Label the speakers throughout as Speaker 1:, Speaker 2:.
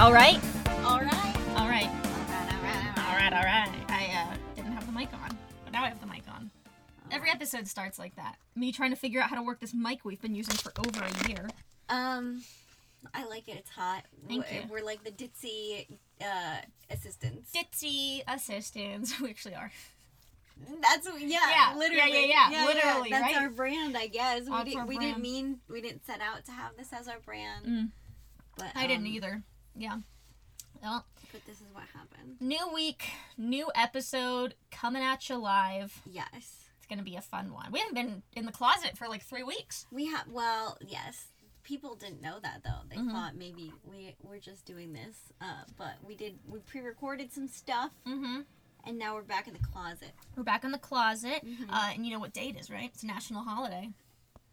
Speaker 1: All right.
Speaker 2: All right.
Speaker 1: All right.
Speaker 2: All right. All right. All
Speaker 1: All right.
Speaker 2: right.
Speaker 1: All right. I uh, didn't have the mic on, but now I have the mic on. Every episode starts like that. Me trying to figure out how to work this mic we've been using for over a year.
Speaker 2: Um, I like it. It's hot.
Speaker 1: Thank
Speaker 2: we're,
Speaker 1: you.
Speaker 2: We're like the ditzy uh, assistants.
Speaker 1: Ditzy assistants. We actually are.
Speaker 2: That's yeah,
Speaker 1: Yeah,
Speaker 2: literally,
Speaker 1: yeah, yeah, yeah, literally,
Speaker 2: that's
Speaker 1: right?
Speaker 2: our brand, I guess. We,
Speaker 1: That's
Speaker 2: did,
Speaker 1: our
Speaker 2: we
Speaker 1: brand.
Speaker 2: didn't mean we didn't set out to have this as our brand.
Speaker 1: Mm.
Speaker 2: But
Speaker 1: I didn't
Speaker 2: um,
Speaker 1: either. Yeah. Well,
Speaker 2: But this is what happened.
Speaker 1: new week, new episode coming at you live.
Speaker 2: Yes,
Speaker 1: It's gonna be a fun one. We haven't been in the closet for like three weeks.
Speaker 2: we have. Well, yes, people didn't know that though. They
Speaker 1: Mhm.
Speaker 2: thought maybe we were just doing this. Uh, but we did. We pre-recorded some stuff,
Speaker 1: Mm-hmm.
Speaker 2: and now we're back in the closet.
Speaker 1: We're back in the closet,
Speaker 2: Mhm.
Speaker 1: uh, and you know what day it is, right? It's a national holiday.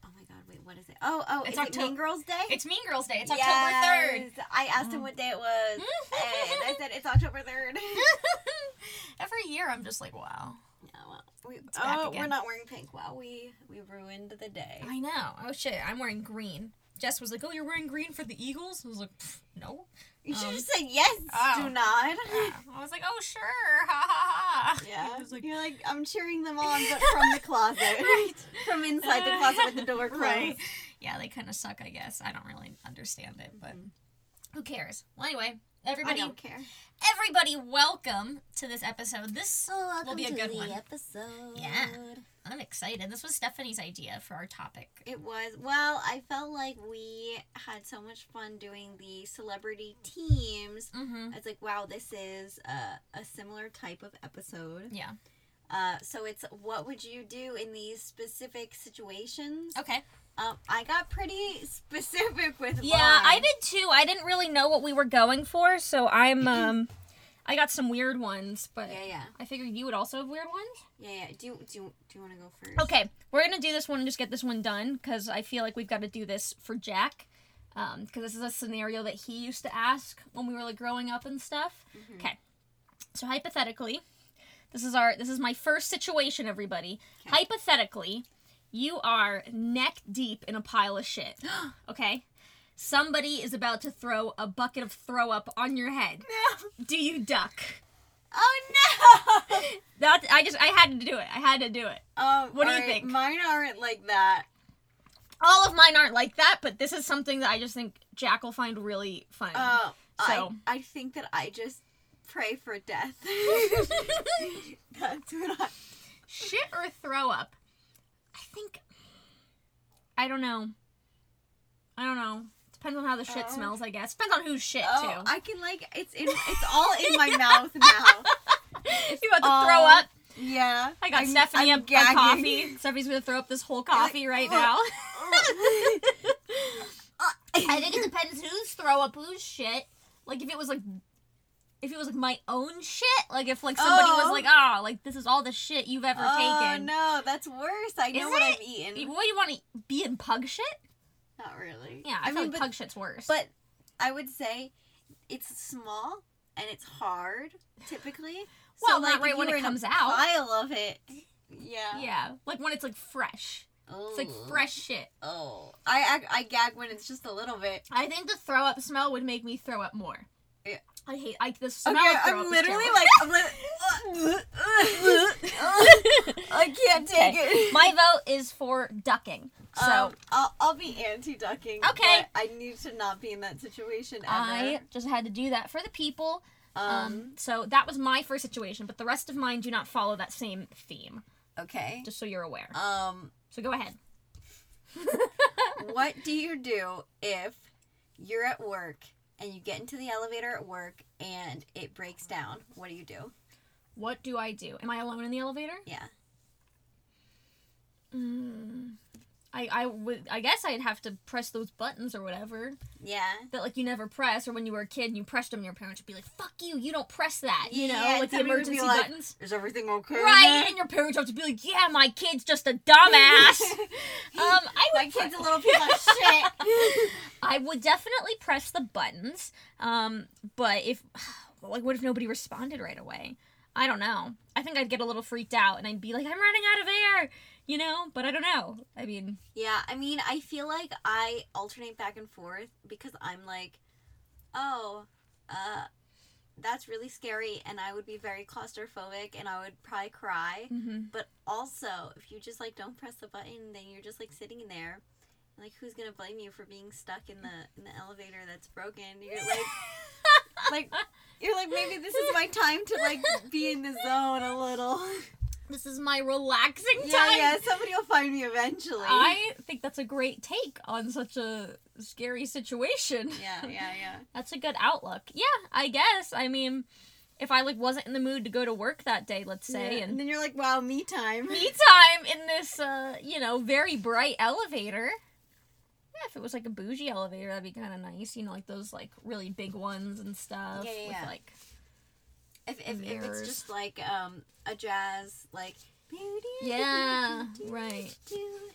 Speaker 2: Oh my God! Wait, what is it? Oh, oh,
Speaker 1: It's
Speaker 2: is it
Speaker 1: Octo-
Speaker 2: Mean Girls Day?
Speaker 1: It's Mean Girls Day. It's October Oh.
Speaker 2: Yes. I asked him what day it was, and I said it's October third.
Speaker 1: 3rd. Every year, I'm just like, wow.
Speaker 2: Yeah, well, we,
Speaker 1: back
Speaker 2: oh,
Speaker 1: again.
Speaker 2: we're not wearing pink. Well, we we ruined the day.
Speaker 1: I know. Oh shit, I'm wearing green. Jess was like, oh, you're wearing green for the Eagles? I was like, "Pfft, no.
Speaker 2: You should
Speaker 1: Um,
Speaker 2: have said yes,
Speaker 1: oh.
Speaker 2: do not.
Speaker 1: Yeah. I was like, oh, sure. Ha ha ha.
Speaker 2: Yeah,
Speaker 1: I was like,
Speaker 2: you're like I'm cheering them on, but from the closet,
Speaker 1: right.
Speaker 2: from inside the closet with the door closed.
Speaker 1: Right. Yeah, they kind of suck, I guess. I don't really understand it, but
Speaker 2: Mhm.
Speaker 1: who cares? Well, anyway,
Speaker 2: I
Speaker 1: everybody,
Speaker 2: don't care.
Speaker 1: everybody, welcome to this episode. This
Speaker 2: So welcome
Speaker 1: be a
Speaker 2: to
Speaker 1: good
Speaker 2: the
Speaker 1: one.
Speaker 2: episode.
Speaker 1: Yeah. I'm excited. This was Stephanie's idea for our topic.
Speaker 2: It was well. I felt like we had so much fun doing the celebrity teams.
Speaker 1: Mm-hmm.
Speaker 2: It's like wow, this is a, a similar type of episode.
Speaker 1: Yeah.
Speaker 2: Uh, so it's what would you do in these specific situations?
Speaker 1: Okay.
Speaker 2: Um, I got pretty specific with
Speaker 1: Yeah, I
Speaker 2: mine.
Speaker 1: did too. I didn't really know what we were going for, so I'm um, I got some weird ones, but
Speaker 2: Yeah, yeah,
Speaker 1: I figured you would also have weird ones.
Speaker 2: yeah, yeah. Do you- do you- do you want to go first?
Speaker 1: Okay, we're gonna do this one and just get this one done because I feel like we've got to do this for Jack, because this is a scenario that he used to ask when we were like growing up and stuff.
Speaker 2: Mhm.
Speaker 1: Okay, so hypothetically, this is our this is my first situation, everybody.
Speaker 2: Okay.
Speaker 1: Hypothetically, you are neck deep in a pile of shit. okay. Somebody is about to throw a bucket of throw up on your head.
Speaker 2: No.
Speaker 1: Do you duck?
Speaker 2: Oh no.
Speaker 1: That I just I had to do it. I had to do it.
Speaker 2: um,
Speaker 1: What do you
Speaker 2: alright,
Speaker 1: think?
Speaker 2: Mine aren't like that.
Speaker 1: All of mine aren't like that, but this is something that I just think Jack will find really fun.
Speaker 2: Uh,
Speaker 1: So.
Speaker 2: I I think that I just pray for death. That's what I.
Speaker 1: Shit or throw up? I think I don't know. I don't know. Depends on how the shit
Speaker 2: Oh.
Speaker 1: smells, I guess. Depends on whose shit
Speaker 2: Oh,
Speaker 1: too.
Speaker 2: I can like it's in it's all in my mouth now.
Speaker 1: you about to
Speaker 2: all-
Speaker 1: throw up?
Speaker 2: Yeah.
Speaker 1: I got
Speaker 2: I'm-
Speaker 1: Stephanie
Speaker 2: I'm
Speaker 1: a- a,
Speaker 2: gagging.
Speaker 1: coffee. Stephanie's gonna throw up this whole coffee right now. I think it depends who's throw up whose shit. Like if it was like if it was like my own shit, like if like somebody was
Speaker 2: Oh.
Speaker 1: like, ah, like this is all the shit you've ever
Speaker 2: Oh
Speaker 1: taken.
Speaker 2: no, that's worse. I know
Speaker 1: Is
Speaker 2: what
Speaker 1: it?
Speaker 2: I've eaten.
Speaker 1: You- What you want to be in pug shit?
Speaker 2: Not really.
Speaker 1: Yeah, I, feel like
Speaker 2: but,
Speaker 1: pug shit's worse.
Speaker 2: but I would say it's small and it's hard typically.
Speaker 1: Well, not
Speaker 2: so, like, if
Speaker 1: right
Speaker 2: you
Speaker 1: when
Speaker 2: were
Speaker 1: it
Speaker 2: in a
Speaker 1: comes out.
Speaker 2: Pile of it. Yeah.
Speaker 1: yeah, like when it's like fresh, it's like
Speaker 2: Ooh.
Speaker 1: fresh shit.
Speaker 2: Oh, I, I I gag when it's just a little bit.
Speaker 1: I think the throw up smell would make me throw up more.
Speaker 2: Yeah.
Speaker 1: I hate like the smell.
Speaker 2: okay,
Speaker 1: of throw up
Speaker 2: I'm
Speaker 1: is
Speaker 2: literally
Speaker 1: terrible.
Speaker 2: like I'm li- I can't take
Speaker 1: Okay.
Speaker 2: it.
Speaker 1: My vote is for ducking. So
Speaker 2: Um, I'll, I'll be anti-ducking.
Speaker 1: Okay.
Speaker 2: but I need to not be in that situation ever.
Speaker 1: I just had to do that for the people. Um, so that was my first situation, but the rest of mine do not follow that same theme.
Speaker 2: okay.
Speaker 1: Just so you're aware.
Speaker 2: Um,
Speaker 1: So go ahead.
Speaker 2: what do you do if you're at work and you get into the elevator at work and it breaks down? What do you do?
Speaker 1: What do I do? Am I alone in the elevator?
Speaker 2: Yeah.
Speaker 1: Mm, I I would I guess I'd have to press those buttons or whatever
Speaker 2: Yeah.
Speaker 1: that like you never press or when you were a kid and you pressed them your parents would be like fuck you you don't press that you know
Speaker 2: Yeah,
Speaker 1: like the
Speaker 2: somebody would be
Speaker 1: emergency
Speaker 2: like,
Speaker 1: buttons
Speaker 2: Is everything okay?
Speaker 1: right and your parents have to be like yeah my kid's just a dumbass um I would
Speaker 2: My kid's a little piece of shit.
Speaker 1: I would definitely press the buttons. Um, but if like what if nobody responded right away? I don't know. I think I'd get a little freaked out and I'd be like, I'm running out of air, you know? But I don't know. I mean
Speaker 2: Yeah, I mean, I feel like I alternate back and forth because I'm like, oh, Uh, that's really scary, and I would be very claustrophobic, and I would probably cry.
Speaker 1: Mm-hmm.
Speaker 2: But also, if you just like don't press the button, then you're just like sitting there. and, Like who's gonna blame you for being stuck in the in the elevator that's broken? You're like, like you're like maybe this is my time to like be in the zone a little.
Speaker 1: This is my relaxing time.
Speaker 2: Yeah, yeah. Somebody will find me eventually.
Speaker 1: I think that's a great take on such a scary situation.
Speaker 2: Yeah, yeah, yeah.
Speaker 1: That's a good outlook. Yeah, I guess. I mean, if I like wasn't in the mood to go to work that day, let's say,
Speaker 2: Yeah,
Speaker 1: and
Speaker 2: then you're like, wow, me time.
Speaker 1: me time in this uh, you know, very bright elevator. Yeah, if it was like a bougie elevator, that'd be kind of nice. You know, like those like really big ones and stuff.
Speaker 2: Yeah, yeah,
Speaker 1: with,
Speaker 2: yeah.
Speaker 1: like
Speaker 2: If, if, if it's
Speaker 1: Mirrors.
Speaker 2: just like um a jazz like Mm, beauty.
Speaker 1: Yeah, right.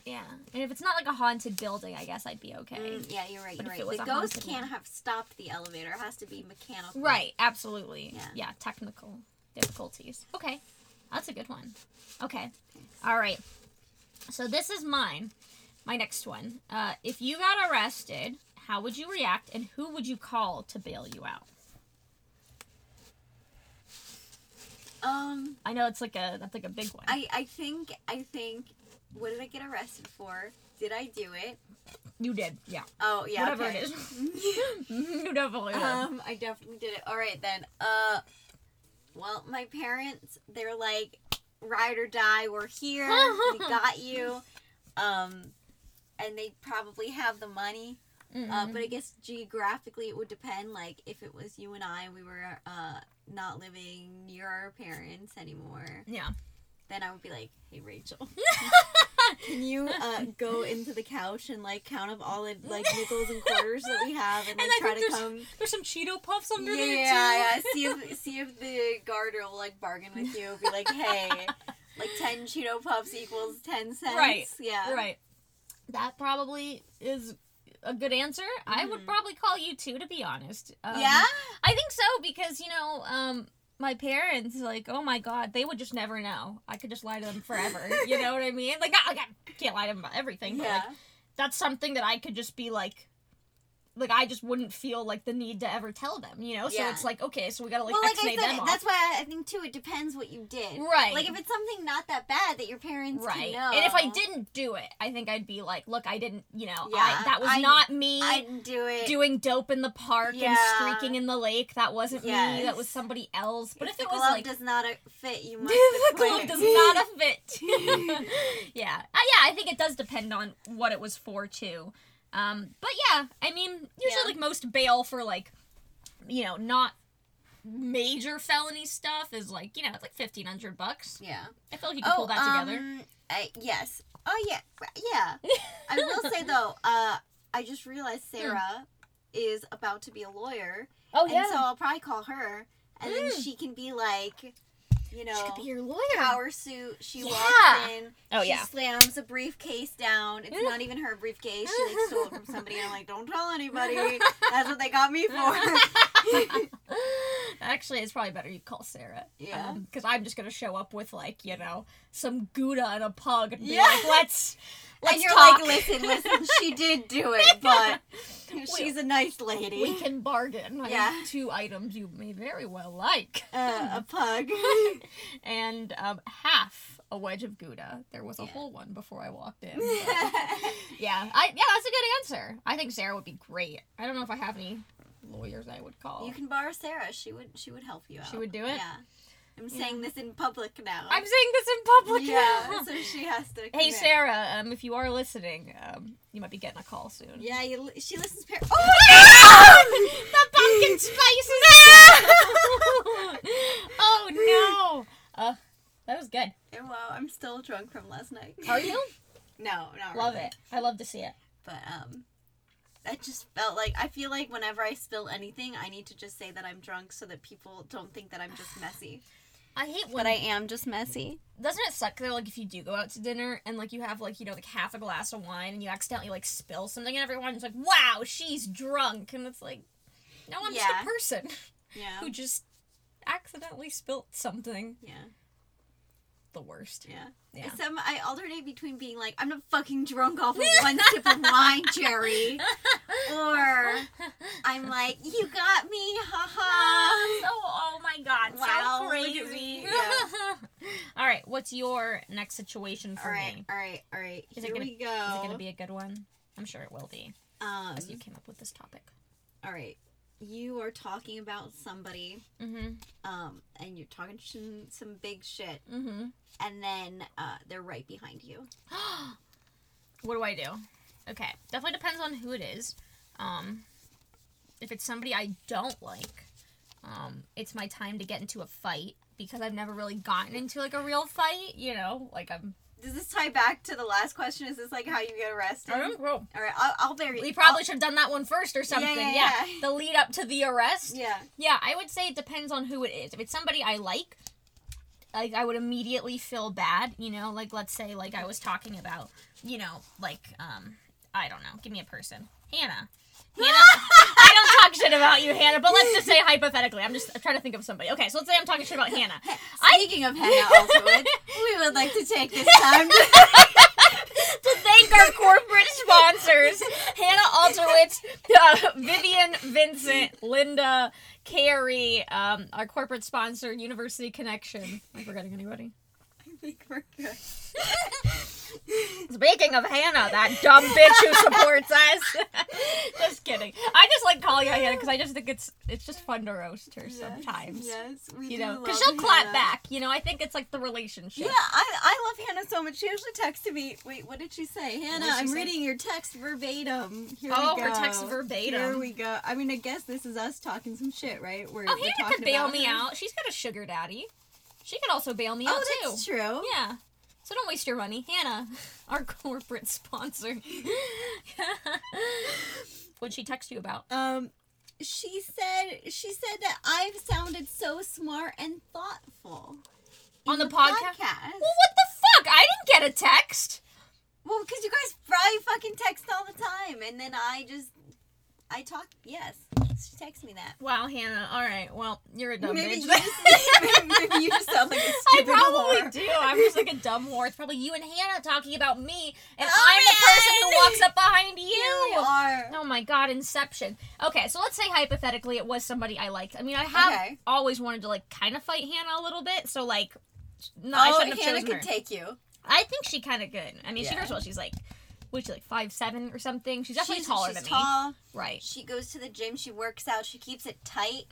Speaker 1: yeah, and if it's not like a haunted building, I guess I'd be okay.
Speaker 2: Mm, yeah, you're right.
Speaker 1: But
Speaker 2: You're
Speaker 1: if it was
Speaker 2: right. The
Speaker 1: a
Speaker 2: ghost
Speaker 1: haunted
Speaker 2: can't
Speaker 1: one.
Speaker 2: have stopped the elevator. It has to be mechanical.
Speaker 1: Right, absolutely.
Speaker 2: Yeah.
Speaker 1: Yeah. technical difficulties. Okay. That's a good one. Okay. All right. So this is mine. My next one. Uh, if you got arrested, how would you react and who would you call to bail you out?
Speaker 2: Um,
Speaker 1: I know it's like a that's like a big one.
Speaker 2: I I think I think what did I get arrested for? Did I do it?
Speaker 1: you did. Yeah.
Speaker 2: Oh yeah.
Speaker 1: Whatever
Speaker 2: okay.
Speaker 1: it is. you definitely did.
Speaker 2: Um, I definitely did it. All right then. Uh, well, my parents, they're like, ride or die. We're here. we got you. Um, and they probably have the money. Uh,
Speaker 1: Mm-mm.
Speaker 2: but I guess geographically, it would depend. Like, if it was you and I, we were uh not living near our parents anymore,
Speaker 1: yeah.
Speaker 2: then I would be like, hey Rachel. Can you uh, go into the couch and like count up all the like nickels and quarters that we have, and,
Speaker 1: And
Speaker 2: like
Speaker 1: I
Speaker 2: try
Speaker 1: think
Speaker 2: to
Speaker 1: there's-
Speaker 2: come
Speaker 1: There's some Cheeto puffs under
Speaker 2: yeah,
Speaker 1: there too.
Speaker 2: yeah, yeah. See if see if the gardener will like bargain with you. Be like, hey, like ten Cheeto puffs equals ten cents.
Speaker 1: Right,
Speaker 2: Yeah.
Speaker 1: Right. That probably is a good answer. I
Speaker 2: Mhm.
Speaker 1: would probably call you too, to be honest. Um,
Speaker 2: yeah.
Speaker 1: I think so because you know, um, my parents like, oh my god, they would just never know. I could just lie to them forever. you know what I mean? Like, not, like I can't lie to them about everything, but
Speaker 2: Yeah.
Speaker 1: like, that's something that I could just be like. Like I just wouldn't feel like the need to ever tell them, you know.
Speaker 2: Yeah.
Speaker 1: So it's like okay, so we gotta like
Speaker 2: well, like I
Speaker 1: exnate
Speaker 2: said,
Speaker 1: them
Speaker 2: that's
Speaker 1: off,
Speaker 2: why I- I think too. It depends what you did.
Speaker 1: right?
Speaker 2: Like if it's something not that bad that your parents
Speaker 1: right.
Speaker 2: can know.
Speaker 1: And if I didn't do it, I think I'd be like, look, I didn't, you know,
Speaker 2: Yeah,
Speaker 1: I, that was
Speaker 2: I-
Speaker 1: not me.
Speaker 2: I didn't do it.
Speaker 1: doing dope in the park
Speaker 2: Yeah.
Speaker 1: and streaking in the lake. That wasn't me.
Speaker 2: Yes.
Speaker 1: That was somebody else. But if,
Speaker 2: the
Speaker 1: it was
Speaker 2: glove
Speaker 1: like
Speaker 2: does not uh, fit, you must.
Speaker 1: the glove
Speaker 2: acquit.
Speaker 1: does not fit. yeah, uh, yeah. I think it does depend on what it was for too. Um, but yeah, I mean, usually
Speaker 2: Yeah.
Speaker 1: like most bail for like, you know, not major felony stuff is like you know it's like fifteen hundred bucks.
Speaker 2: yeah.
Speaker 1: I feel like you can pull that together.
Speaker 2: Um, I- yes. Oh yeah, r- yeah. I will say though, uh, I just realized Sarah is about to be a lawyer,
Speaker 1: Hmm. Oh Hmm.
Speaker 2: and so I'll probably call her, and then she can be like, you know,
Speaker 1: she could be your lawyer.
Speaker 2: power suit. She walks
Speaker 1: Yeah.
Speaker 2: in.
Speaker 1: Oh,
Speaker 2: she
Speaker 1: yeah.
Speaker 2: slams a briefcase down. It's not even her briefcase. She like stole it from somebody. And I'm like, don't tell anybody. That's what they got me for.
Speaker 1: Actually, it's probably better you call Sarah.
Speaker 2: Yeah.
Speaker 1: Because I'm just gonna show up with like you know some gouda and a pug and be
Speaker 2: Yeah.
Speaker 1: like, let's let's
Speaker 2: and you're
Speaker 1: talk.
Speaker 2: like, listen, listen. She did do it, but she's a nice lady.
Speaker 1: we can bargain. I
Speaker 2: Yeah.
Speaker 1: have two items you may very well like,
Speaker 2: uh, a pug.
Speaker 1: and um, half a wedge of gouda. There was a
Speaker 2: Yeah.
Speaker 1: whole one before I walked in. but- yeah, I yeah, that's a good answer. I think Sarah would be great. I don't know if I have any lawyers I would call.
Speaker 2: you can borrow Sarah. She would. She would help you out.
Speaker 1: She would do it?
Speaker 2: Yeah. I'm saying this in public now.
Speaker 1: I'm saying this in public.
Speaker 2: yeah. so she has to.
Speaker 1: Hey
Speaker 2: commit.
Speaker 1: Sarah, um, if you are listening, um, you might be getting a call soon.
Speaker 2: Yeah, you, li- she listens. Par- oh
Speaker 1: the pumpkin spices. oh no! Uh, that was good.
Speaker 2: my God! Wow, I'm still drunk from last night.
Speaker 1: Are you?
Speaker 2: No, not
Speaker 1: love
Speaker 2: really.
Speaker 1: it. I love to see it.
Speaker 2: But um, that just felt like I feel like whenever I spill anything, I need to just say that I'm drunk so that people don't think that I'm just messy.
Speaker 1: I hate when
Speaker 2: But I am just messy.
Speaker 1: doesn't it suck though? Like if you do go out to dinner and like you have like you know like half a glass of wine and you accidentally like spill something and everyone's like, "Wow, she's drunk," and it's like, "No, I'm
Speaker 2: Yeah.
Speaker 1: just a person
Speaker 2: Yeah.
Speaker 1: who just accidentally spilt something."
Speaker 2: Yeah.
Speaker 1: The worst.
Speaker 2: Yeah.
Speaker 1: Yeah.
Speaker 2: Some I alternate between being like, I'm not fucking drunk off of one sip of wine, Jerry. Or I'm like, you got me, haha.
Speaker 1: oh, oh my god,
Speaker 2: Wow,
Speaker 1: so
Speaker 2: look
Speaker 1: crazy.
Speaker 2: at me. Yeah.
Speaker 1: all right, what's your next situation for
Speaker 2: All right,
Speaker 1: me?
Speaker 2: all right, all right.
Speaker 1: Is it
Speaker 2: Here
Speaker 1: gonna-
Speaker 2: we go.
Speaker 1: Is it going to be a good one? I'm sure it will be,
Speaker 2: um,
Speaker 1: because you came up with this topic.
Speaker 2: all right. You are talking about somebody,
Speaker 1: Mm-hmm.
Speaker 2: um, and you're talking some, some big shit,
Speaker 1: Mm-hmm.
Speaker 2: and then uh, they're right behind you.
Speaker 1: what do I do? Okay, definitely depends on who it is. Um, if it's somebody I don't like, um, it's my time to get into a fight because I've never really gotten into like a real fight. You know, like I'm.
Speaker 2: Does this tie back to the last question? Is this like how you get arrested?
Speaker 1: I don't know.
Speaker 2: All right, I'll, I'll bury.
Speaker 1: We
Speaker 2: I'll-
Speaker 1: probably should have done that one first or something. Yeah,
Speaker 2: yeah, yeah.
Speaker 1: the lead up to the arrest.
Speaker 2: yeah.
Speaker 1: Yeah, I would say it depends on who it is. If it's somebody I like, like I would immediately feel bad, you know, like let's say like I was talking about, you know, like um I don't know, give me a person. Hannah. Hannah I don't talk shit about you, Hannah, but let's just say hypothetically. I'm just trying to think of somebody. Okay, so let's say I'm talking shit about Hannah.
Speaker 2: Speaking of Hannah Elswood, we would like to take this time to
Speaker 1: to thank our corporate sponsors Hannah Alterwitz, uh, Vivian Vincent, Linda, Carrie, um, our corporate sponsor, University Connection. Am I forgetting anybody?
Speaker 2: I think we're good.
Speaker 1: Speaking of Hannah, that dumb bitch who supports us. just kidding. I just like calling out Hannah because I just think it's it's just fun to roast her sometimes.
Speaker 2: Yes, we
Speaker 1: You
Speaker 2: do
Speaker 1: know, because
Speaker 2: love
Speaker 1: she'll clap
Speaker 2: Hannah.
Speaker 1: back. You know, I think it's like the relationship.
Speaker 2: Yeah, I, I love Hannah so much. She usually texted me. Wait, what did she say? Hannah,
Speaker 1: did she
Speaker 2: I'm
Speaker 1: say?
Speaker 2: reading your text verbatim. Here
Speaker 1: Oh,
Speaker 2: we
Speaker 1: her
Speaker 2: go.
Speaker 1: text verbatim.
Speaker 2: Here we go. I mean, I guess this is us talking some shit, right? We're,
Speaker 1: Oh,
Speaker 2: we're
Speaker 1: Hannah
Speaker 2: talking
Speaker 1: could bail
Speaker 2: about
Speaker 1: me
Speaker 2: her.
Speaker 1: out. She's got a sugar daddy. She could also bail me out
Speaker 2: Oh,
Speaker 1: too.
Speaker 2: that's true.
Speaker 1: Yeah. So don't waste your money. Hannah, our corporate sponsor. What'd she text you about?
Speaker 2: Um, she said she said that I've sounded so smart and thoughtful in
Speaker 1: On the podca-
Speaker 2: podcast.
Speaker 1: Well, Oh, what the fuck? I didn't get a text.
Speaker 2: Well, because you guys probably fucking text all the time, and then I just, I talk. Yes, she texts me that.
Speaker 1: Wow, Hannah. All right. Well, you're a dumb bitch.
Speaker 2: Maybe you, just, maybe you just sound like a
Speaker 1: I
Speaker 2: stupid
Speaker 1: probably
Speaker 2: whore.
Speaker 1: do. I'm just like a dumb whore. It's probably you and Hannah talking about me, and
Speaker 2: Oh,
Speaker 1: I'm the person who
Speaker 2: man.
Speaker 1: walks up behind you.
Speaker 2: You are.
Speaker 1: Oh my god, Inception. Okay, so let's say hypothetically it was somebody I liked. I mean, I have
Speaker 2: Okay.
Speaker 1: always wanted to like kind of fight Hannah a little bit, so like, no, I
Speaker 2: oh,
Speaker 1: shouldn't have
Speaker 2: Hannah
Speaker 1: chosen
Speaker 2: could
Speaker 1: her.
Speaker 2: take you.
Speaker 1: I think she kind of good. I mean, she
Speaker 2: Yeah.
Speaker 1: first of all, she's like, what is she like five seven or something? She's definitely
Speaker 2: she's,
Speaker 1: taller
Speaker 2: she's
Speaker 1: than
Speaker 2: tall.
Speaker 1: me, right?
Speaker 2: She goes to the gym. She works out. She keeps it tight.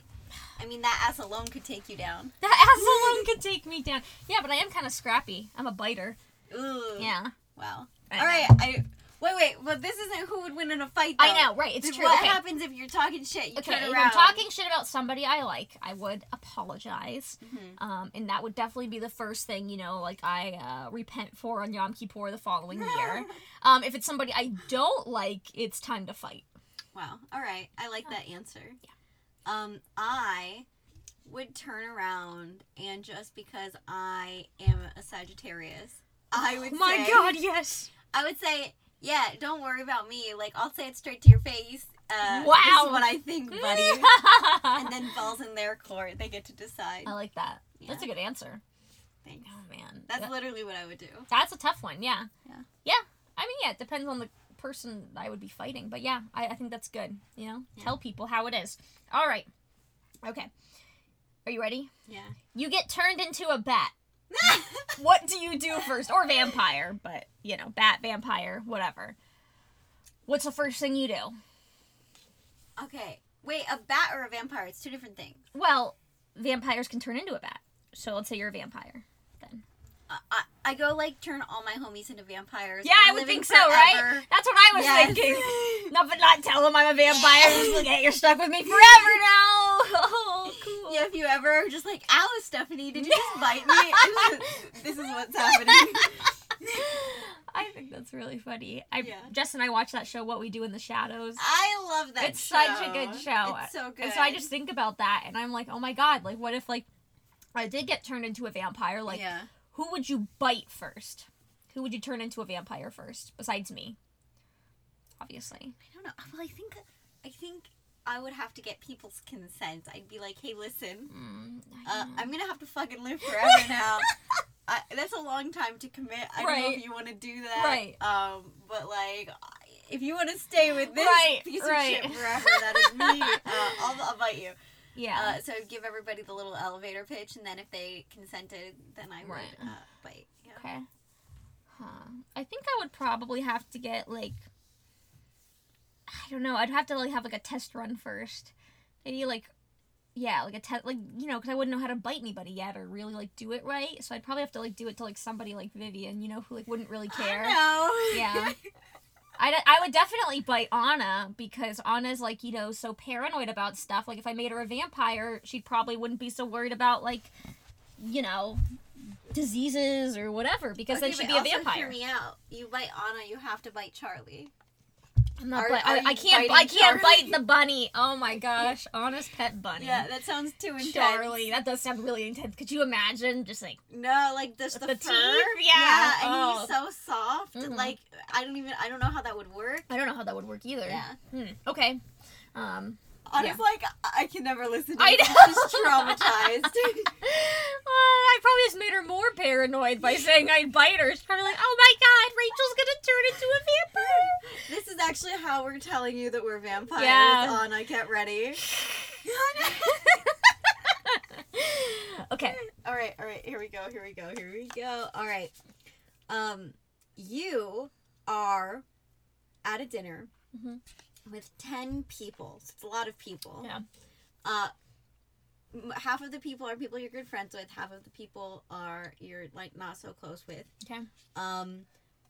Speaker 2: I mean, that ass alone could take you down.
Speaker 1: That ass alone could take me down. Yeah, but I am kind of scrappy. I'm a biter.
Speaker 2: Ooh.
Speaker 1: Yeah,
Speaker 2: Wow.
Speaker 1: I
Speaker 2: all
Speaker 1: know.
Speaker 2: right. I wait, wait. But this isn't who would win in a fight. Though.
Speaker 1: I know, right? It's
Speaker 2: Then
Speaker 1: true.
Speaker 2: What
Speaker 1: okay.
Speaker 2: happens if you're talking shit? You
Speaker 1: Okay,
Speaker 2: turn
Speaker 1: if
Speaker 2: around.
Speaker 1: I'm talking shit about somebody I like, I would apologize.
Speaker 2: Mhm.
Speaker 1: Um, and that would definitely be the first thing, you know, like I uh, repent for on Yom Kippur the following year. Um, if it's somebody I don't like, it's time to fight.
Speaker 2: Wow. All right. I like that answer. Yeah. Um, I would turn around and just because I am a Sagittarius, I would say,
Speaker 1: yes.
Speaker 2: I would say, yeah, don't worry about me. Like I'll say it straight to your face. Uh, this
Speaker 1: Wow.
Speaker 2: is what I think, buddy. and
Speaker 1: and
Speaker 2: then balls in their court. They get to decide.
Speaker 1: I like that. That's a
Speaker 2: Yeah.
Speaker 1: good answer.
Speaker 2: Thanks.
Speaker 1: Oh man.
Speaker 2: That's
Speaker 1: That-
Speaker 2: literally what I would do.
Speaker 1: that's a tough one, yeah.
Speaker 2: Yeah.
Speaker 1: Yeah. I mean yeah, it depends on the person I would be fighting. But yeah, I, I think that's good. You know?
Speaker 2: Yeah.
Speaker 1: Tell people how it is. All right. Okay. Are you ready?
Speaker 2: Yeah.
Speaker 1: You get turned into a bat. What do you do first? Or vampire, but you know, bat, vampire, whatever. What's the first thing you do?
Speaker 2: okay. Wait, a bat or a vampire? It's two different things.
Speaker 1: Well, vampires can turn into a bat. So let's say you're a vampire. Then.
Speaker 2: I, I, I go like turn all my homies into vampires.
Speaker 1: Yeah,
Speaker 2: We're
Speaker 1: I would
Speaker 2: living
Speaker 1: think so, right?
Speaker 2: forever.
Speaker 1: That's what I was
Speaker 2: Yes.
Speaker 1: thinking. No, but not tell them I'm a vampire. Just like, hey, you're stuck with me forever now. Oh, cool.
Speaker 2: Yeah, if you ever are just like, ow, Stephanie, did you just bite me? this is what's happening.
Speaker 1: I think that's really funny. I,
Speaker 2: Yeah.
Speaker 1: Jess and I watched that show, What We Do in the Shadows.
Speaker 2: I love that
Speaker 1: it's
Speaker 2: show.
Speaker 1: such a good show.
Speaker 2: It's so good.
Speaker 1: And so I just think about that, and I'm like, oh my god, like what if like I did get turned into a vampire? Like
Speaker 2: yeah.
Speaker 1: who would you bite first? Who would you turn into a vampire first besides me? Obviously.
Speaker 2: I don't know. Well, I think, I think I would have to get people's consent. I'd be like, hey, listen,
Speaker 1: Mm, I
Speaker 2: uh,
Speaker 1: don't know.
Speaker 2: I'm gonna have to fucking live forever now. I, that's a long time to commit. I don't know
Speaker 1: Right.
Speaker 2: if you want to do that.
Speaker 1: Right.
Speaker 2: Um, but like, I- if you want to stay with this
Speaker 1: Right,
Speaker 2: piece
Speaker 1: right.
Speaker 2: of shit forever, that is me. Uh, I'll, I'll bite you.
Speaker 1: Yeah.
Speaker 2: Uh, so I'd give everybody the little elevator pitch, and then if they consented, then I would
Speaker 1: Right.
Speaker 2: uh, bite. Yeah.
Speaker 1: okay. Huh. I think I would probably have to get like I don't know. I'd have to like have like a test run first. Maybe like yeah, like a test like you know, cuz I wouldn't know how to bite anybody yet or really like do it right. So I'd probably have to like do it to like somebody like Vivian, you know, who like wouldn't really care.
Speaker 2: I know.
Speaker 1: Yeah. I, d- I would definitely bite Anna because Anna's like, you know, so paranoid about stuff. Like, if I made her a vampire, she probably wouldn't be so worried about, like, you know, diseases or whatever because
Speaker 2: Okay,
Speaker 1: then she'd
Speaker 2: but
Speaker 1: be a
Speaker 2: also Hear
Speaker 1: vampire.
Speaker 2: me out. You bite Anna, you have to bite Charlie.
Speaker 1: I'm not
Speaker 2: Are-
Speaker 1: bite-
Speaker 2: are
Speaker 1: I, I
Speaker 2: you
Speaker 1: can't, I
Speaker 2: biting
Speaker 1: can't
Speaker 2: Charlie?
Speaker 1: bite the bunny. Oh my gosh. Anna's pet bunny.
Speaker 2: Yeah, that sounds too intense.
Speaker 1: Charlie. That does sound really intense. Could you imagine? Just like,
Speaker 2: No, like this the,
Speaker 1: The
Speaker 2: fur.
Speaker 1: teeth? Yeah.
Speaker 2: and
Speaker 1: Oh.
Speaker 2: he's so soft.
Speaker 1: Mhm.
Speaker 2: Like I don't even. I don't know how that would work.
Speaker 1: I don't know how that would work either.
Speaker 2: Yeah.
Speaker 1: Hmm. Okay. Um,
Speaker 2: Honestly, like I can never listen to.
Speaker 1: I
Speaker 2: I
Speaker 1: know.
Speaker 2: Just traumatized.
Speaker 1: Uh, I probably just made her more paranoid by saying I'd bite her. She's probably like, oh my god, Rachel's gonna turn into a vampire.
Speaker 2: This is actually how we're telling you that we're vampires
Speaker 1: Yeah.
Speaker 2: on I Get Ready.
Speaker 1: okay.
Speaker 2: all right, all right, here we go, here we go, here we go. All right. Um, you are at a dinner
Speaker 1: Mhm.
Speaker 2: with 10 people. So it's a lot of people.
Speaker 1: Yeah.
Speaker 2: Uh, m- half of the people are people you're good friends with, half of the people are you're like not so close with.
Speaker 1: Okay.
Speaker 2: Um,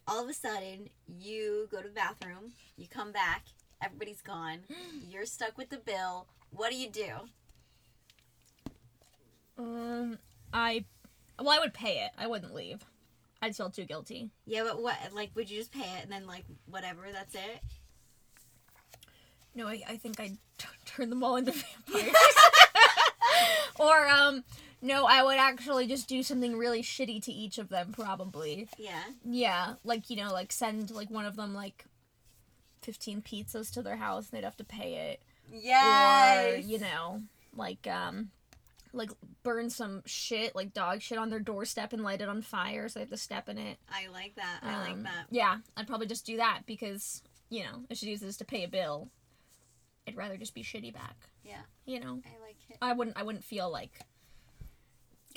Speaker 2: all of a sudden, you go to the bathroom, you come back, everybody's gone, you're stuck with the bill. What do you do?
Speaker 1: Um, I, well, I would pay it. I wouldn't leave. I'd feel too guilty.
Speaker 2: Yeah, but what? Like, would you just pay it and then, like, whatever, that's it?
Speaker 1: No, I, I think I'd t- turn them all into vampires. or, um, no, I would actually just do something really shitty to each of them, probably.
Speaker 2: Yeah.
Speaker 1: Yeah, like you know, like send like one of them like fifteen pizzas to their house, and they'd have to pay it, or you know, like um, like burn some shit, like dog shit, on their doorstep and light it on fire, so they have to step in it.
Speaker 2: I like that. I like
Speaker 1: Um,
Speaker 2: that.
Speaker 1: Yeah, I'd probably just do that because you know I should use this to pay a bill. I'd rather just be shitty back.
Speaker 2: Yeah,
Speaker 1: You know,
Speaker 2: I like it.
Speaker 1: I wouldn't. I wouldn't feel like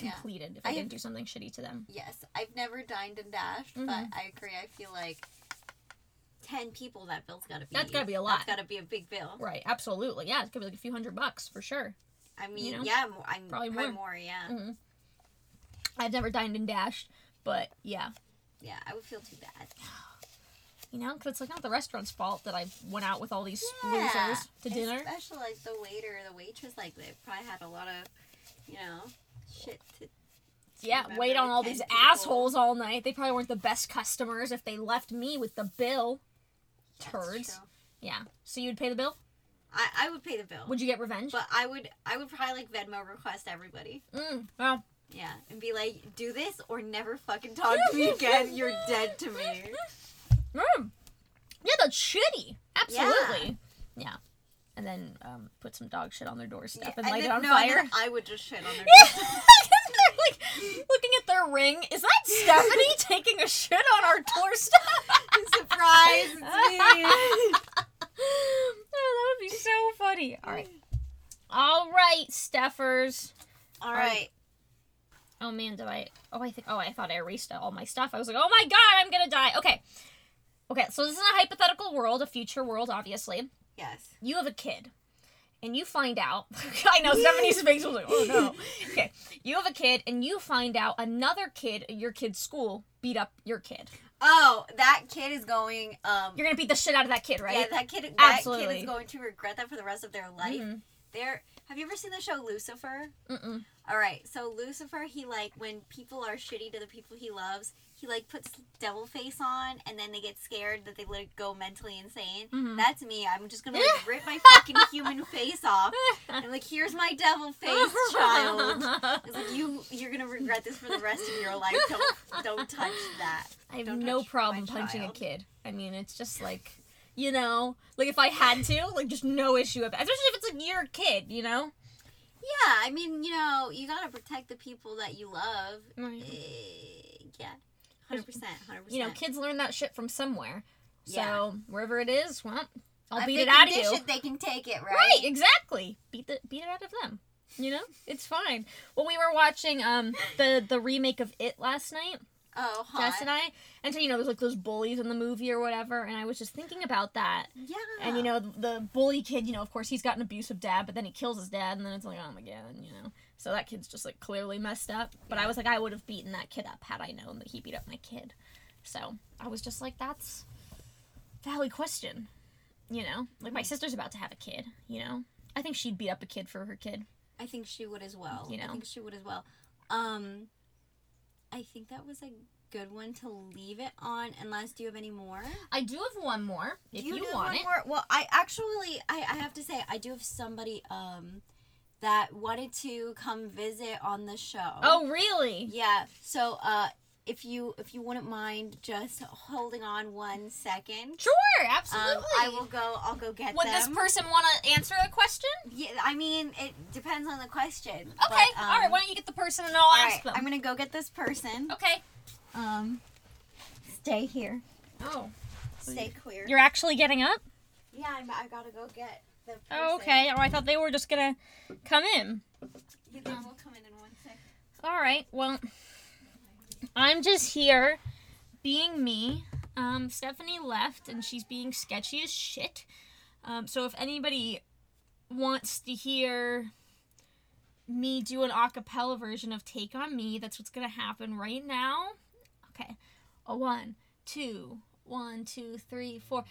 Speaker 2: Yeah.
Speaker 1: completed if I,
Speaker 2: I
Speaker 1: didn't
Speaker 2: have-
Speaker 1: do something shitty to them.
Speaker 2: Yes, I've never dined and dashed, but
Speaker 1: Mhm.
Speaker 2: I agree. I feel like ten people that bill's gotta be.
Speaker 1: That's gotta be a lot.
Speaker 2: That's gotta be a big bill.
Speaker 1: Right. Absolutely. Yeah, it could be like a few hundred bucks for sure.
Speaker 2: I mean,
Speaker 1: know?
Speaker 2: yeah, more, I'm
Speaker 1: Probably
Speaker 2: probably,
Speaker 1: more.
Speaker 2: more. Yeah,
Speaker 1: Mhm. I've never dined and dashed, but yeah,
Speaker 2: yeah, I would feel too bad.
Speaker 1: you know, 'cause it's like not the restaurant's fault that I went out with all these
Speaker 2: Yeah.
Speaker 1: losers to dinner.
Speaker 2: Especially like the waiter, the waitress, like they probably had a lot of, you know, shit to.
Speaker 1: Yeah,
Speaker 2: remember
Speaker 1: wait on all
Speaker 2: 10
Speaker 1: these
Speaker 2: people.
Speaker 1: assholes all night. They probably weren't the best customers if they left me with the bill.
Speaker 2: That's
Speaker 1: Turds.
Speaker 2: true.
Speaker 1: Yeah. So you'd pay the bill?
Speaker 2: I I would pay the bill.
Speaker 1: Would you get revenge?
Speaker 2: but I would I would probably like Venmo request everybody.
Speaker 1: Mm, well,
Speaker 2: Yeah, and be like, do this or never fucking talk to me again. You're dead to me.
Speaker 1: mm. Yeah, that's shitty. Absolutely. Yeah. And then um, put some dog shit on their doorstep and, light
Speaker 2: then-
Speaker 1: it on
Speaker 2: no, and
Speaker 1: fire.
Speaker 2: then I would just shit on their
Speaker 1: They're like looking at their ring. Is that Stephanie taking a shit on our doorstep?
Speaker 2: Surprise me.
Speaker 1: oh, that would be so funny. All right, all right, Steffers.
Speaker 2: All right.
Speaker 1: Oh man, did I? Oh, I think. Oh, I thought I erased all my stuff. I was like, oh my god, I'm gonna die. Okay, okay. So this is a hypothetical world, a future world, obviously.
Speaker 2: Yes.
Speaker 1: You have a kid. And you find out, I know Stephanie's face was like, oh no. Okay, you have a kid, and you find out another kid at your kid's school beat up your kid.
Speaker 2: Oh, that kid is going. Um.
Speaker 1: You're gonna beat the shit out of that kid,
Speaker 2: Yeah,
Speaker 1: right?
Speaker 2: that kid. That kid
Speaker 1: Absolutely.
Speaker 2: is going to regret that for the rest of their life.
Speaker 1: Mhm.
Speaker 2: There. Have you ever seen the show Lucifer?
Speaker 1: Mm-mm.
Speaker 2: All right. So Lucifer, he like when people are shitty to the people he loves, he like puts devil face on, and then they get scared that they like go mentally insane.
Speaker 1: Mhm.
Speaker 2: That's me. I'm just gonna like, rip my fucking human face off, and like here's my devil face, child. It's like you you're gonna regret this for the rest of your life. Don't don't touch that.
Speaker 1: I have
Speaker 2: Don't
Speaker 1: no
Speaker 2: touch
Speaker 1: problem
Speaker 2: my
Speaker 1: punching a
Speaker 2: child.
Speaker 1: kid. I mean, it's just like, you know, like if I had to, like just no issue with it. Especially if it's like your kid, you know?
Speaker 2: Yeah, I mean, you know, you gotta protect the people that you love.
Speaker 1: Right.
Speaker 2: Eh, yeah. Hundred percent, hundred percent.
Speaker 1: You know, kids learn that shit from somewhere. So wherever it is, well, I'll
Speaker 2: If
Speaker 1: beat
Speaker 2: they
Speaker 1: it
Speaker 2: can
Speaker 1: out of
Speaker 2: dish
Speaker 1: you.
Speaker 2: It, they can take it, right?
Speaker 1: Right, exactly. Beat the beat it out of them. You know, it's fine. Well, we were watching um the the remake of It last night,
Speaker 2: Oh, hot.
Speaker 1: Jess and I, and so you know, there's like those bullies in the movie or whatever, and I was just thinking about that.
Speaker 2: yeah.
Speaker 1: And you know, the bully kid, you know, of course he's got an abusive dad, but then he kills his dad, and then it's like, oh my god, you know. So that kid's just like clearly messed up. But I was like, I would have beaten that kid up had I known that he beat up my kid. So I was just like, that's valid question. You know, like my sister's about to have a kid. You know, I think she'd beat up a kid for her kid.
Speaker 2: I think she would as well.
Speaker 1: You know.
Speaker 2: I think she would as well. Um, I think that was a good one to leave it on. Unless, do you have any more?
Speaker 1: I do have one more if you,
Speaker 2: do
Speaker 1: want
Speaker 2: one
Speaker 1: it.
Speaker 2: more? Well, I actually, I, I have to say, I do have somebody um that wanted to come visit on the show.
Speaker 1: Oh really?
Speaker 2: yeah. So, uh, if you if you wouldn't mind just holding on one second,
Speaker 1: Sure, absolutely.
Speaker 2: um, I will go. I'll go get
Speaker 1: Would
Speaker 2: them.
Speaker 1: this person want to answer a question?
Speaker 2: Yeah, I mean, it depends on the question. Okay.
Speaker 1: Okay, all right. Why don't you get the person and I'll
Speaker 2: um, all
Speaker 1: ask
Speaker 2: right,
Speaker 1: them.
Speaker 2: I'm gonna go get this person.
Speaker 1: okay.
Speaker 2: Um, stay here.
Speaker 1: Oh.
Speaker 2: Stay queer.
Speaker 1: You're actually getting up?
Speaker 2: yeah, I'm, I gotta go get the. Person.
Speaker 1: Oh, okay. Oh, I thought they were just gonna come in.
Speaker 2: Yeah, they will come in in one second.
Speaker 1: All right. Well, I'm just here, being me. Um, Stephanie left, and she's being sketchy as shit. Um, so if anybody wants to hear me do an acapella version of "Take on Me," that's what's gonna happen right now. Okay. A one, two, one, two, three, four.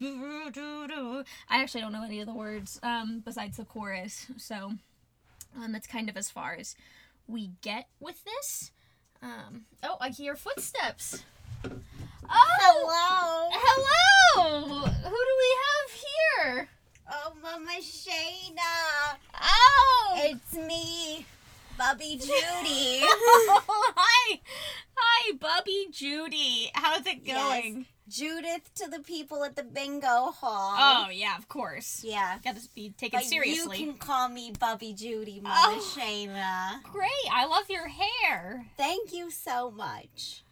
Speaker 1: I actually don't know any of the words um, besides the chorus, so um, that's kind of as far as we get with this. Um, oh, I hear footsteps. Oh,
Speaker 2: Hello.
Speaker 1: Hello! Who do we have here?
Speaker 2: Oh, Mama Shayna.
Speaker 1: Oh!
Speaker 2: It's me, Bubby Judy.
Speaker 1: Hi! Hi, Bubby Judy. How's it
Speaker 2: Yes.
Speaker 1: going?
Speaker 2: Judith to the people at the bingo hall.
Speaker 1: Oh, yeah, of course.
Speaker 2: Yeah.
Speaker 1: Gotta be taken
Speaker 2: But
Speaker 1: seriously.
Speaker 2: you can call me Bubby Judy, Mama
Speaker 1: Oh.
Speaker 2: Shayna.
Speaker 1: Great. I love your hair.
Speaker 2: Thank you so much.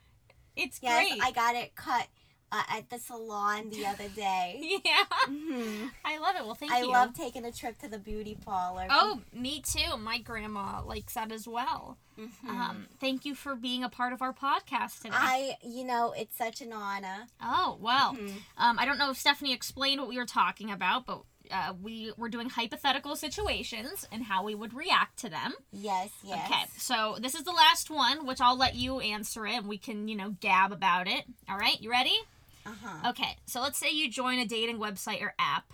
Speaker 1: It's
Speaker 2: Yes,
Speaker 1: great.
Speaker 2: I got it cut uh, at the salon the other day.
Speaker 1: yeah.
Speaker 2: hmm
Speaker 1: I love it. Well, Mm-hmm. thank
Speaker 2: I
Speaker 1: you.
Speaker 2: love taking a trip to the beauty parlor.
Speaker 1: Oh, me too. My grandma likes that as well.
Speaker 2: Mhm.
Speaker 1: Um, thank you for being a part of our podcast today.
Speaker 2: I, you know, it's such an honor.
Speaker 1: Oh, well.
Speaker 2: Mhm.
Speaker 1: Um, I don't know if Stephanie explained what we were talking about, but uh, we were doing hypothetical situations and how we would react to them.
Speaker 2: Yes, yes.
Speaker 1: Okay, so this is the last one, which I'll let you answer it and we can, you know, gab about it. All right, you ready?
Speaker 2: Uh huh.
Speaker 1: Okay, so let's say you join a dating website or app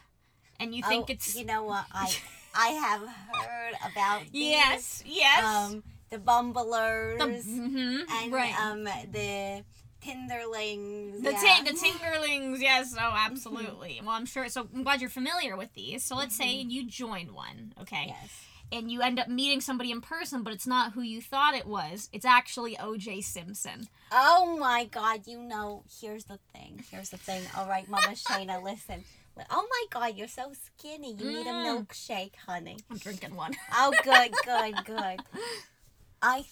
Speaker 1: and you think
Speaker 2: Oh,
Speaker 1: it's.
Speaker 2: You know what? I I have heard about these,
Speaker 1: yes, yes.
Speaker 2: um the bumblers
Speaker 1: the, mhm,
Speaker 2: and
Speaker 1: right.
Speaker 2: um the tinderlings.
Speaker 1: the,
Speaker 2: yeah.
Speaker 1: ting- the tinkerlings, yes, oh, absolutely. Well, I'm sure, so I'm glad you're familiar with these. So let's
Speaker 2: Mm-hmm.
Speaker 1: say you join one, okay?
Speaker 2: Yes.
Speaker 1: and you end up meeting somebody in person, but it's not who you thought it was. It's actually OJ Simpson.
Speaker 2: Oh my God! You know, here's the thing. Here's the thing. All right, Mama Shayna, listen. Oh my God, you're so skinny. You need a
Speaker 1: Mm.
Speaker 2: milkshake, honey.
Speaker 1: I'm drinking one.
Speaker 2: Oh, good, good, good. I, th-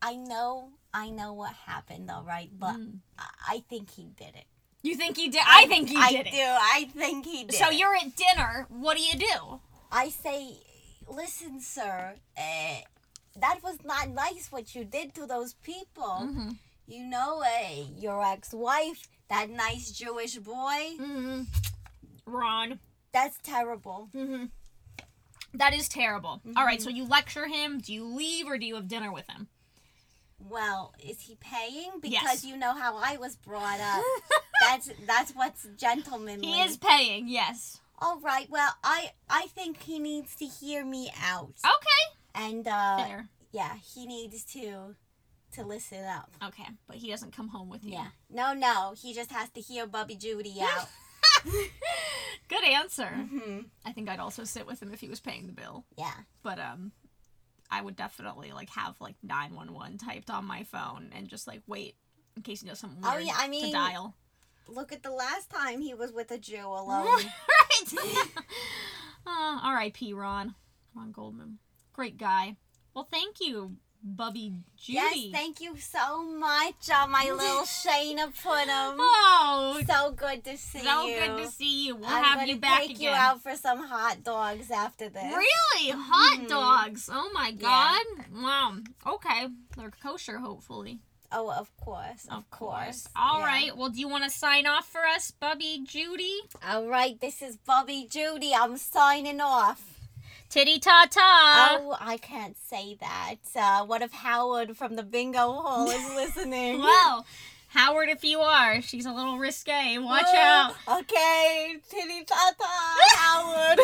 Speaker 2: I know, I know what happened. All right, but
Speaker 1: Mm.
Speaker 2: I- I think he did it.
Speaker 1: You think he did? I think he
Speaker 2: I
Speaker 1: did
Speaker 2: do.
Speaker 1: it.
Speaker 2: I think he did.
Speaker 1: So
Speaker 2: it.
Speaker 1: you're at dinner. What do you do?
Speaker 2: I say, listen, sir. Uh, that was not nice what you did to those people.
Speaker 1: Mhm.
Speaker 2: You know, uh, your ex-wife, that nice Jewish boy.
Speaker 1: Mm-hmm. Ron.
Speaker 2: That's terrible.
Speaker 1: Mm-hmm. That is terrible. All right, so
Speaker 2: Mm-hmm.
Speaker 1: you lecture him. Do you leave or do you have dinner with him?
Speaker 2: Well, is he paying?
Speaker 1: Yes.
Speaker 2: Because you know how I was brought up. that's that's what's gentlemanly.
Speaker 1: He is paying, yes.
Speaker 2: All right. Well, I I think he needs to hear me out,
Speaker 1: Okay.
Speaker 2: and uh,
Speaker 1: Fair.
Speaker 2: yeah, he needs to to listen up.
Speaker 1: Okay, but he doesn't come home with you.
Speaker 2: Yeah. No, no, he just has to hear Bubby Judy out.
Speaker 1: Good answer.
Speaker 2: hmm
Speaker 1: I think I'd also sit with him if he was paying the bill.
Speaker 2: Yeah.
Speaker 1: but um i would definitely like have like 911 typed on my phone and just like wait in case you know something
Speaker 2: Oh,
Speaker 1: weird
Speaker 2: yeah, I
Speaker 1: to
Speaker 2: mean-
Speaker 1: dial
Speaker 2: Look at the last time he was with a Jew alone.
Speaker 1: right Uh, R.I.P. Ron. Ron Goldman. Great guy. Well, thank you, Bubby Judy.
Speaker 2: Yes, thank you so much, uh, my little Shayna Putnam.
Speaker 1: Oh,
Speaker 2: So good to see
Speaker 1: so
Speaker 2: you.
Speaker 1: good to see you. We'll
Speaker 2: I'm
Speaker 1: have
Speaker 2: gonna
Speaker 1: you back
Speaker 2: take
Speaker 1: again.
Speaker 2: you out for some hot dogs after this.
Speaker 1: Really? Hot
Speaker 2: Mhm.
Speaker 1: dogs. Oh my
Speaker 2: Yeah.
Speaker 1: god. Wow. Okay. They're kosher, hopefully.
Speaker 2: Oh, of course, of, course.
Speaker 1: All
Speaker 2: Yeah.
Speaker 1: right. Well, do you want to sign off for us, Bubby Judy?
Speaker 2: All right, this is Bobby Judy. I'm signing off.
Speaker 1: Titty ta ta.
Speaker 2: oh, I can't say that. Uh, what if Howard from the bingo hall is listening?
Speaker 1: Well, Howard, if you are, she's a little risque. Watch
Speaker 2: Oh,
Speaker 1: out.
Speaker 2: Okay, titty tata, Howard.